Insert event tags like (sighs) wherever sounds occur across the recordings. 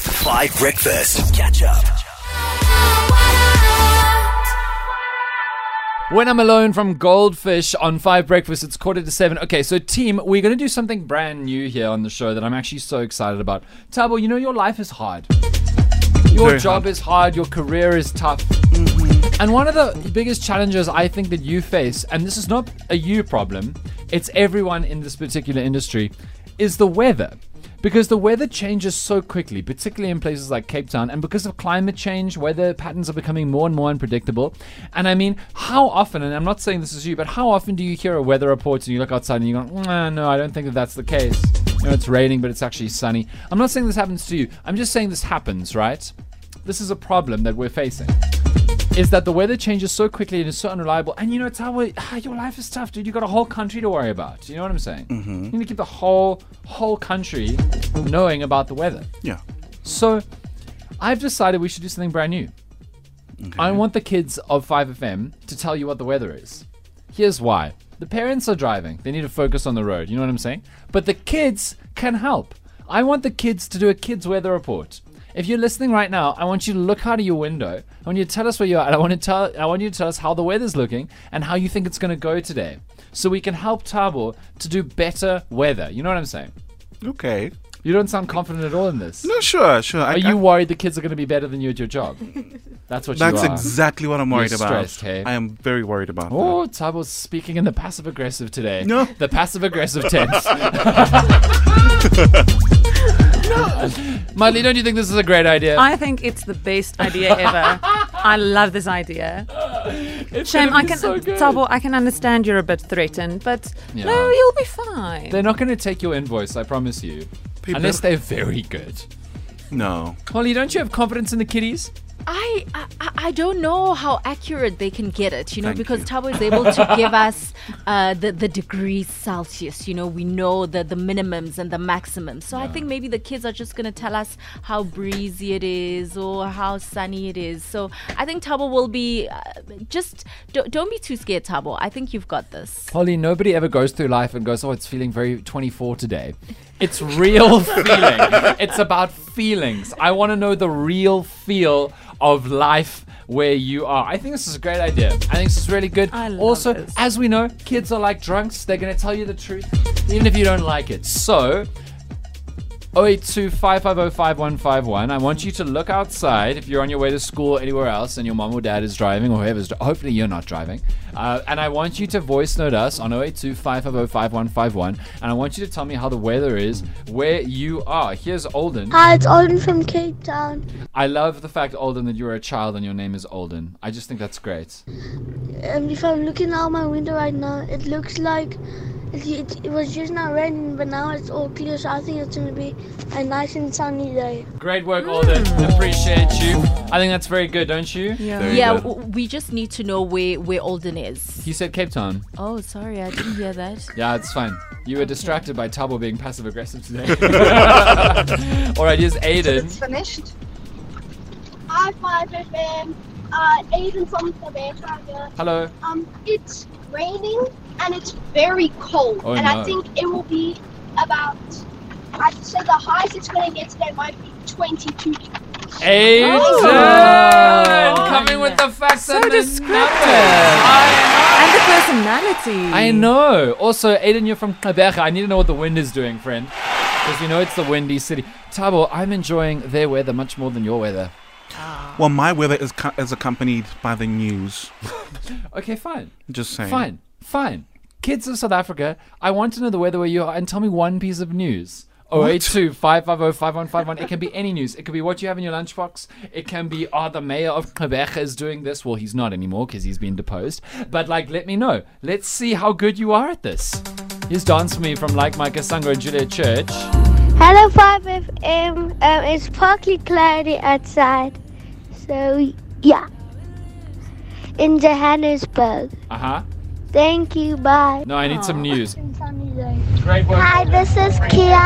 Five Breakfast. Catch up. When I'm alone from Goldfish on Five Breakfast, it's quarter to seven. Okay, so team, we're going to do something brand new here on the show that I'm actually so excited about. Tabo, you know your life is hard. Your Very job hard. is hard. Your career is tough. And one of the biggest challenges I think that you face, and this is not a you problem, it's everyone in this particular industry, is the weather. Because the weather changes so quickly, particularly in places like Cape Town, and because of climate change, weather patterns are becoming more and more unpredictable. And I mean, how often, and I'm not saying this is you, but how often do you hear a weather report and you look outside and you go, nah, no, I don't think that that's the case. You know, it's raining, but it's actually sunny. I'm not saying this happens to you. I'm just saying this happens, right? This is a problem that we're facing is that the weather changes so quickly and is so unreliable. And you know, it's how we, (sighs) ah, your life is tough, dude. You got a whole country to worry about. You know what I'm saying? You need to keep the whole whole country knowing about the weather. Yeah. So, I've decided we should do something brand new. I want the kids of 5FM to tell you what the weather is. Here's why. The parents are driving. They need to focus on the road. You know what I'm saying? But the kids can help. I want the kids to do a kids weather report. If you're listening right now, I want you to look out of your window. I want you to tell us where you are, and I want to tell I want you to tell us how the weather's looking and how you think it's going to go today, so we can help Tabor to do better weather. You know what I'm saying? Okay. You don't sound confident at all in this. No, sure, sure. I, Are you I, worried the kids are going to be better than you at your job? That's what that's you are. exactly what I'm worried You're about. stressed, hey? I am very worried about Oh, Tabo's speaking in the passive aggressive today. No. The passive aggressive tense. (laughs) Madly, don't you think this is a great idea? I think it's the best idea ever. I love this idea. It's Shame, gonna I be can so good. Tabo, I can understand you're a bit threatened, but no, Yeah. you'll be fine. They're not going to take your invoice, I promise you. People- Unless they're very good. that. No. Molly, don't you have confidence in the kiddies? I, I I don't know how accurate they can get it, you know, Thank because you. Tabo is able to (laughs) give us uh, the the degrees Celsius. You know, we know the the minimums and the maximums. So I think maybe the kids are just gonna tell us how breezy it is or how sunny it is. So I think Tabo will be uh, just don't, don't be too scared, Tabo. I think you've got this. Holly, nobody ever goes through life and goes, oh, it's feeling very 24 today. It's real (laughs) feeling. It's about feelings. I want to know the real feel of life where you are. I think this is a great idea. I think this is really good. I love also, this. as we know, kids are like drunks. They're going to tell you the truth, even if you don't like it. So, 0825505151. I want you to look outside if you're on your way to school or anywhere else and your mom or dad is driving or whoever's dri- hopefully you're not driving. Uh, and I want you to voice note us on 0825505151 and I want you to tell me how the weather is where you are. Here's Alden. Hi, Ah, it's Olden from Cape Town. I love the fact Alden that you're a child and your name is Alden. I just think that's great. Um, if I'm looking out my window right now, it looks like it, it, it was just not raining, but now it's all clear, so I think it's going to be a nice and sunny day. Great work Alden. Appreciate you. I think that's very good, don't you? yeah. Very Yeah, good. w- we just need to know where where Alden is. He said Cape Town. Oh, sorry, I didn't hear that. Yeah, it's fine. You were distracted by Tabo being passive aggressive today. (laughs) All right, here's Aiden. finished. Hi, 5FM. Uh, Aiden from the Bear Hello. Um, It's raining and it's very cold, Oh, and I no. think it will be about, I'd say the highest it's going to get today might be 22 Aiden Oh. coming with the facts So and the descriptive. numbers. And the personality. I know. Also, Aiden, you're from Quebec. I need to know what the wind is doing, friend. Because you know it's the windy city. Tabo, I'm enjoying their weather much more than your weather. Well, my weather is co- is accompanied by the news. Okay, fine. Just saying. Fine. Fine. Kids of South Africa, I want to know the weather where you are and tell me one piece of news. Oh, 082 550 5151. It can be any news. It could be what you have in your lunchbox. It can be, oh, the mayor of Quebec is doing this. Well, he's not anymore because he's been deposed. But, like, let me know. Let's see how good you are at this. Here's Dance For Me from Like Mike Asango and Julia Church. Hello, 5FM. Um, it's partly cloudy outside. So, yeah. In Johannesburg. Uh huh. Thank you, bye. No, I need some news. Hi, Great work. this is Kia.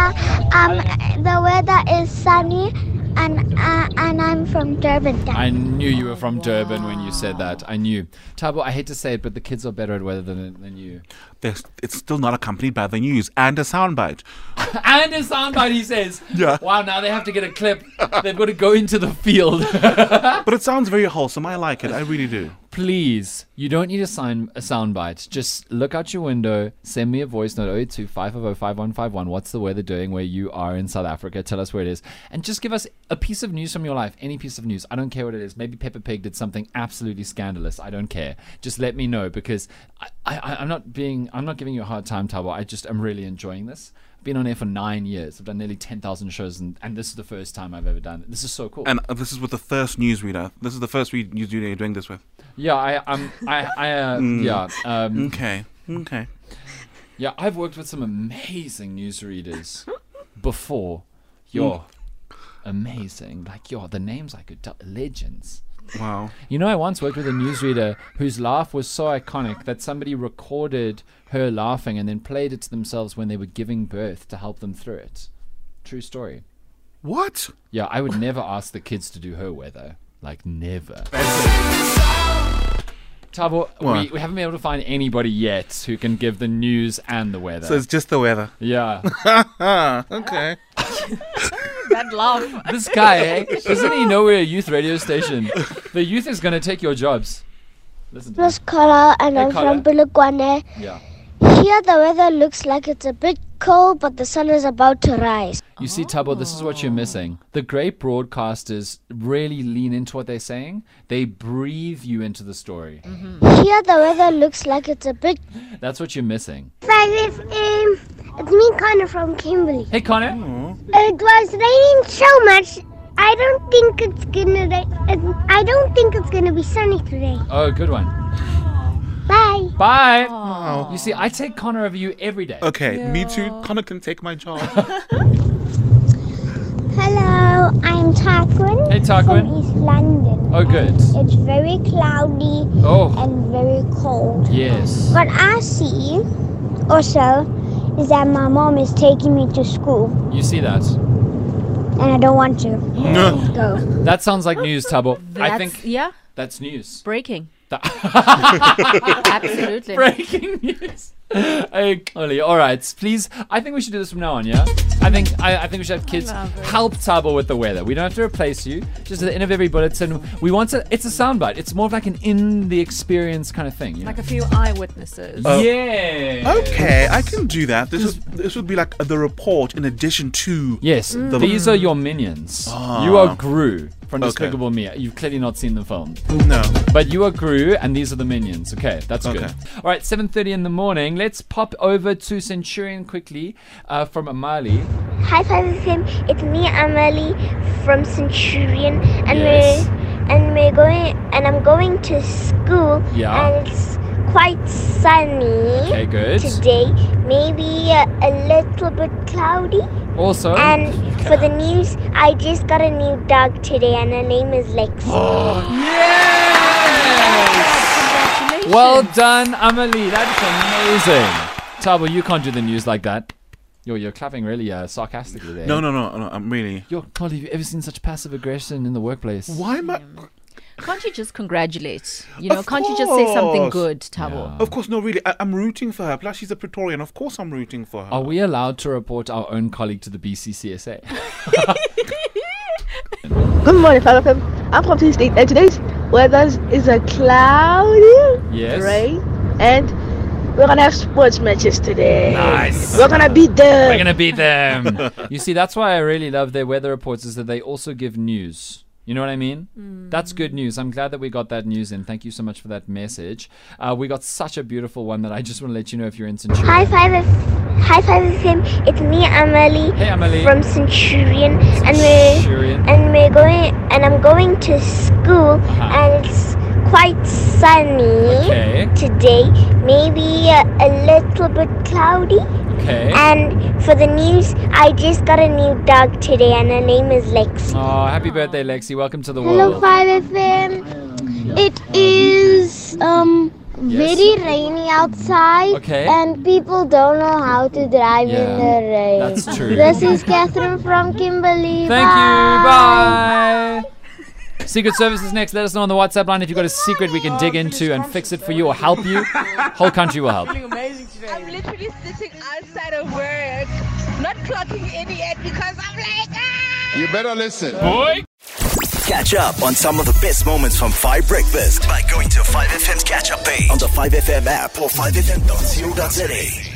Um, the weather is sunny and uh, and I'm from Durban. Dad. I knew you were from Durban when you said that. I knew. Tabo, I hate to say it, but the kids are better at weather than, than you. There's, it's still not accompanied by the news and a soundbite. And a soundbite, he says. Yeah. Wow, now they have to get a clip. They've got to go into the field. (laughs) But it sounds very wholesome. I like it. I really do. Please, you don't need a sign a soundbite. Just look out your window, send me a voice note 082 500 5151. What's the weather doing where you are in South Africa? Tell us where it is. And just give us a piece of news from your life, any piece of news. I don't care what it is. Maybe Peppa Pig did something absolutely scandalous. I don't care. Just let me know because I, I, I'm not being I'm not giving you a hard time, Tabo. I just am really enjoying this. I've been on air for nine years. I've done nearly ten thousand shows and, and this is the first time I've ever done it. This is so cool. And uh, this is with the first newsreader. This is the first re- newsreader you're doing this with. Yeah, I, I'm, I, I, uh, yeah, um, Okay. Okay. yeah. I've worked with some amazing newsreaders before. You're amazing. Like, you're the names I could tell. Legends. Wow. You know, I once worked with a newsreader whose laugh was so iconic that somebody recorded her laughing and then played it to themselves when they were giving birth to help them through it. True story. What? Yeah, I would never ask the kids to do her weather. Like, never. Tabo, we, What? we haven't been able to find anybody yet who can give the news and the weather. So it's just the weather. yeah. Okay. That laugh. this guy, eh? Doesn't he know we're a youth radio station? The youth is going to take your jobs. Listen to this. Miss Carla, and Hey, I'm Carla. from Bulugwane. Yeah. Here the weather looks like it's a bit cold, but the sun is about to rise. You see, Tabo, this is what you're missing. The great broadcasters really lean into what they're saying. They breathe you into the story. Here the weather looks like it's a bit. That's what you're missing. Five FM. It's me, Connor from Kimberley. Hey, Connor. It was raining so much. I don't think it's gonna. ra- it- I don't think it's gonna be sunny today. Oh, good one. Bye. Bye. You see, I take Connor over you every day. Okay. Me too. Connor can take my job. Hello, I'm Tarquin. Hey, Tarquin. East London. Oh, good. It's very cloudy Oh, and very cold. yes. What I see also is that my mom is taking me to school You see that? and I don't want to go. That sounds like news, Tabo. I That's- think yeah, that's (laughs) news. breaking. Absolutely. (laughs) Absolutely. Breaking news. Hey, Ollie, all right, please. I think we should do this from now on, yeah? I think I, I think we should have kids help Tabo with the weather. We don't have to replace you. Just at the end of every bulletin, we want to. It's a soundbite. It's more of like an in the experience kind of thing. You know? Like a few eyewitnesses. Oh, yeah. Oh. Okay, I can do that. This is this would be like the report in addition to. Yes, The- Ah. these are your minions. You are Gru from Okay. Despicable Me. You've clearly not seen the film. No. But you are Gru, and these are the minions. Okay, that's good. Okay. All right, 7.30 in the morning. Let's pop over to Centurion quickly uh, from Amali. Hi, Five FM. It's me, Amalie from Centurion, and Yes. we're and we're going and I'm going to school. Yeah. And it's quite sunny Okay, good. today. Maybe a, a little bit cloudy. Also, And for the news, I just got a new dog today, and her name is Lex. (gasps) Congratulations. well done, Amalie. That's amazing. Tabo, you can't do the news like that. Yo, you're clapping really uh, sarcastically there. No, no, no, no. I'm really. Yo, Carly, have you ever seen such passive aggression in the workplace? Why am I? Can't you just congratulate? You know, Of can't you just say something course. good, Tabo? Of course, no, really. I, I'm rooting for her. Plus, she's a Praetorian. Of course, I'm rooting for her. Are we allowed to report our own colleague to the BCCSA? (laughs) Good morning, fellow people. I'm from T State, and today's weather is a cloudy, yes. gray, and we're gonna have sports matches today. Nice. We're gonna beat We're the. gonna beat them. (laughs) you see, that's why I really love their weather reports is that they also give news. You know what I mean? That's good news. I'm glad that we got that news in. Thank you so much for that message. Uh, we got such a beautiful one that I just want to let you know if you're in Centurion. Hi, Five F- Hi, Five FM. It's me, Amalie Hey, Emily. from Centurion, and we're Centurion. and we're going and I'm going to school Uh-huh. and it's quite sunny Okay. today maybe a, a little bit cloudy Okay. and for the news I just got a new dog today and her name is Lexi Oh, happy birthday, Lexi. Welcome to the Hello world. 5FM it is um Yes. very rainy outside Okay. and people don't know how to drive in Yeah, the rain That's true. this is Catherine from Kimberley Thank you. Bye. Secret Service is next. Let us know on the WhatsApp line if you've got a secret we can dig into and fix it for you or help you. Whole country will help. I'm literally sitting outside of work, not clocking in yet because I'm like, ah! You better listen. Catch up on some of the best moments from 5 Breakfast by going to 5FM's catch up page on the 5FM app or 5FM.co.za.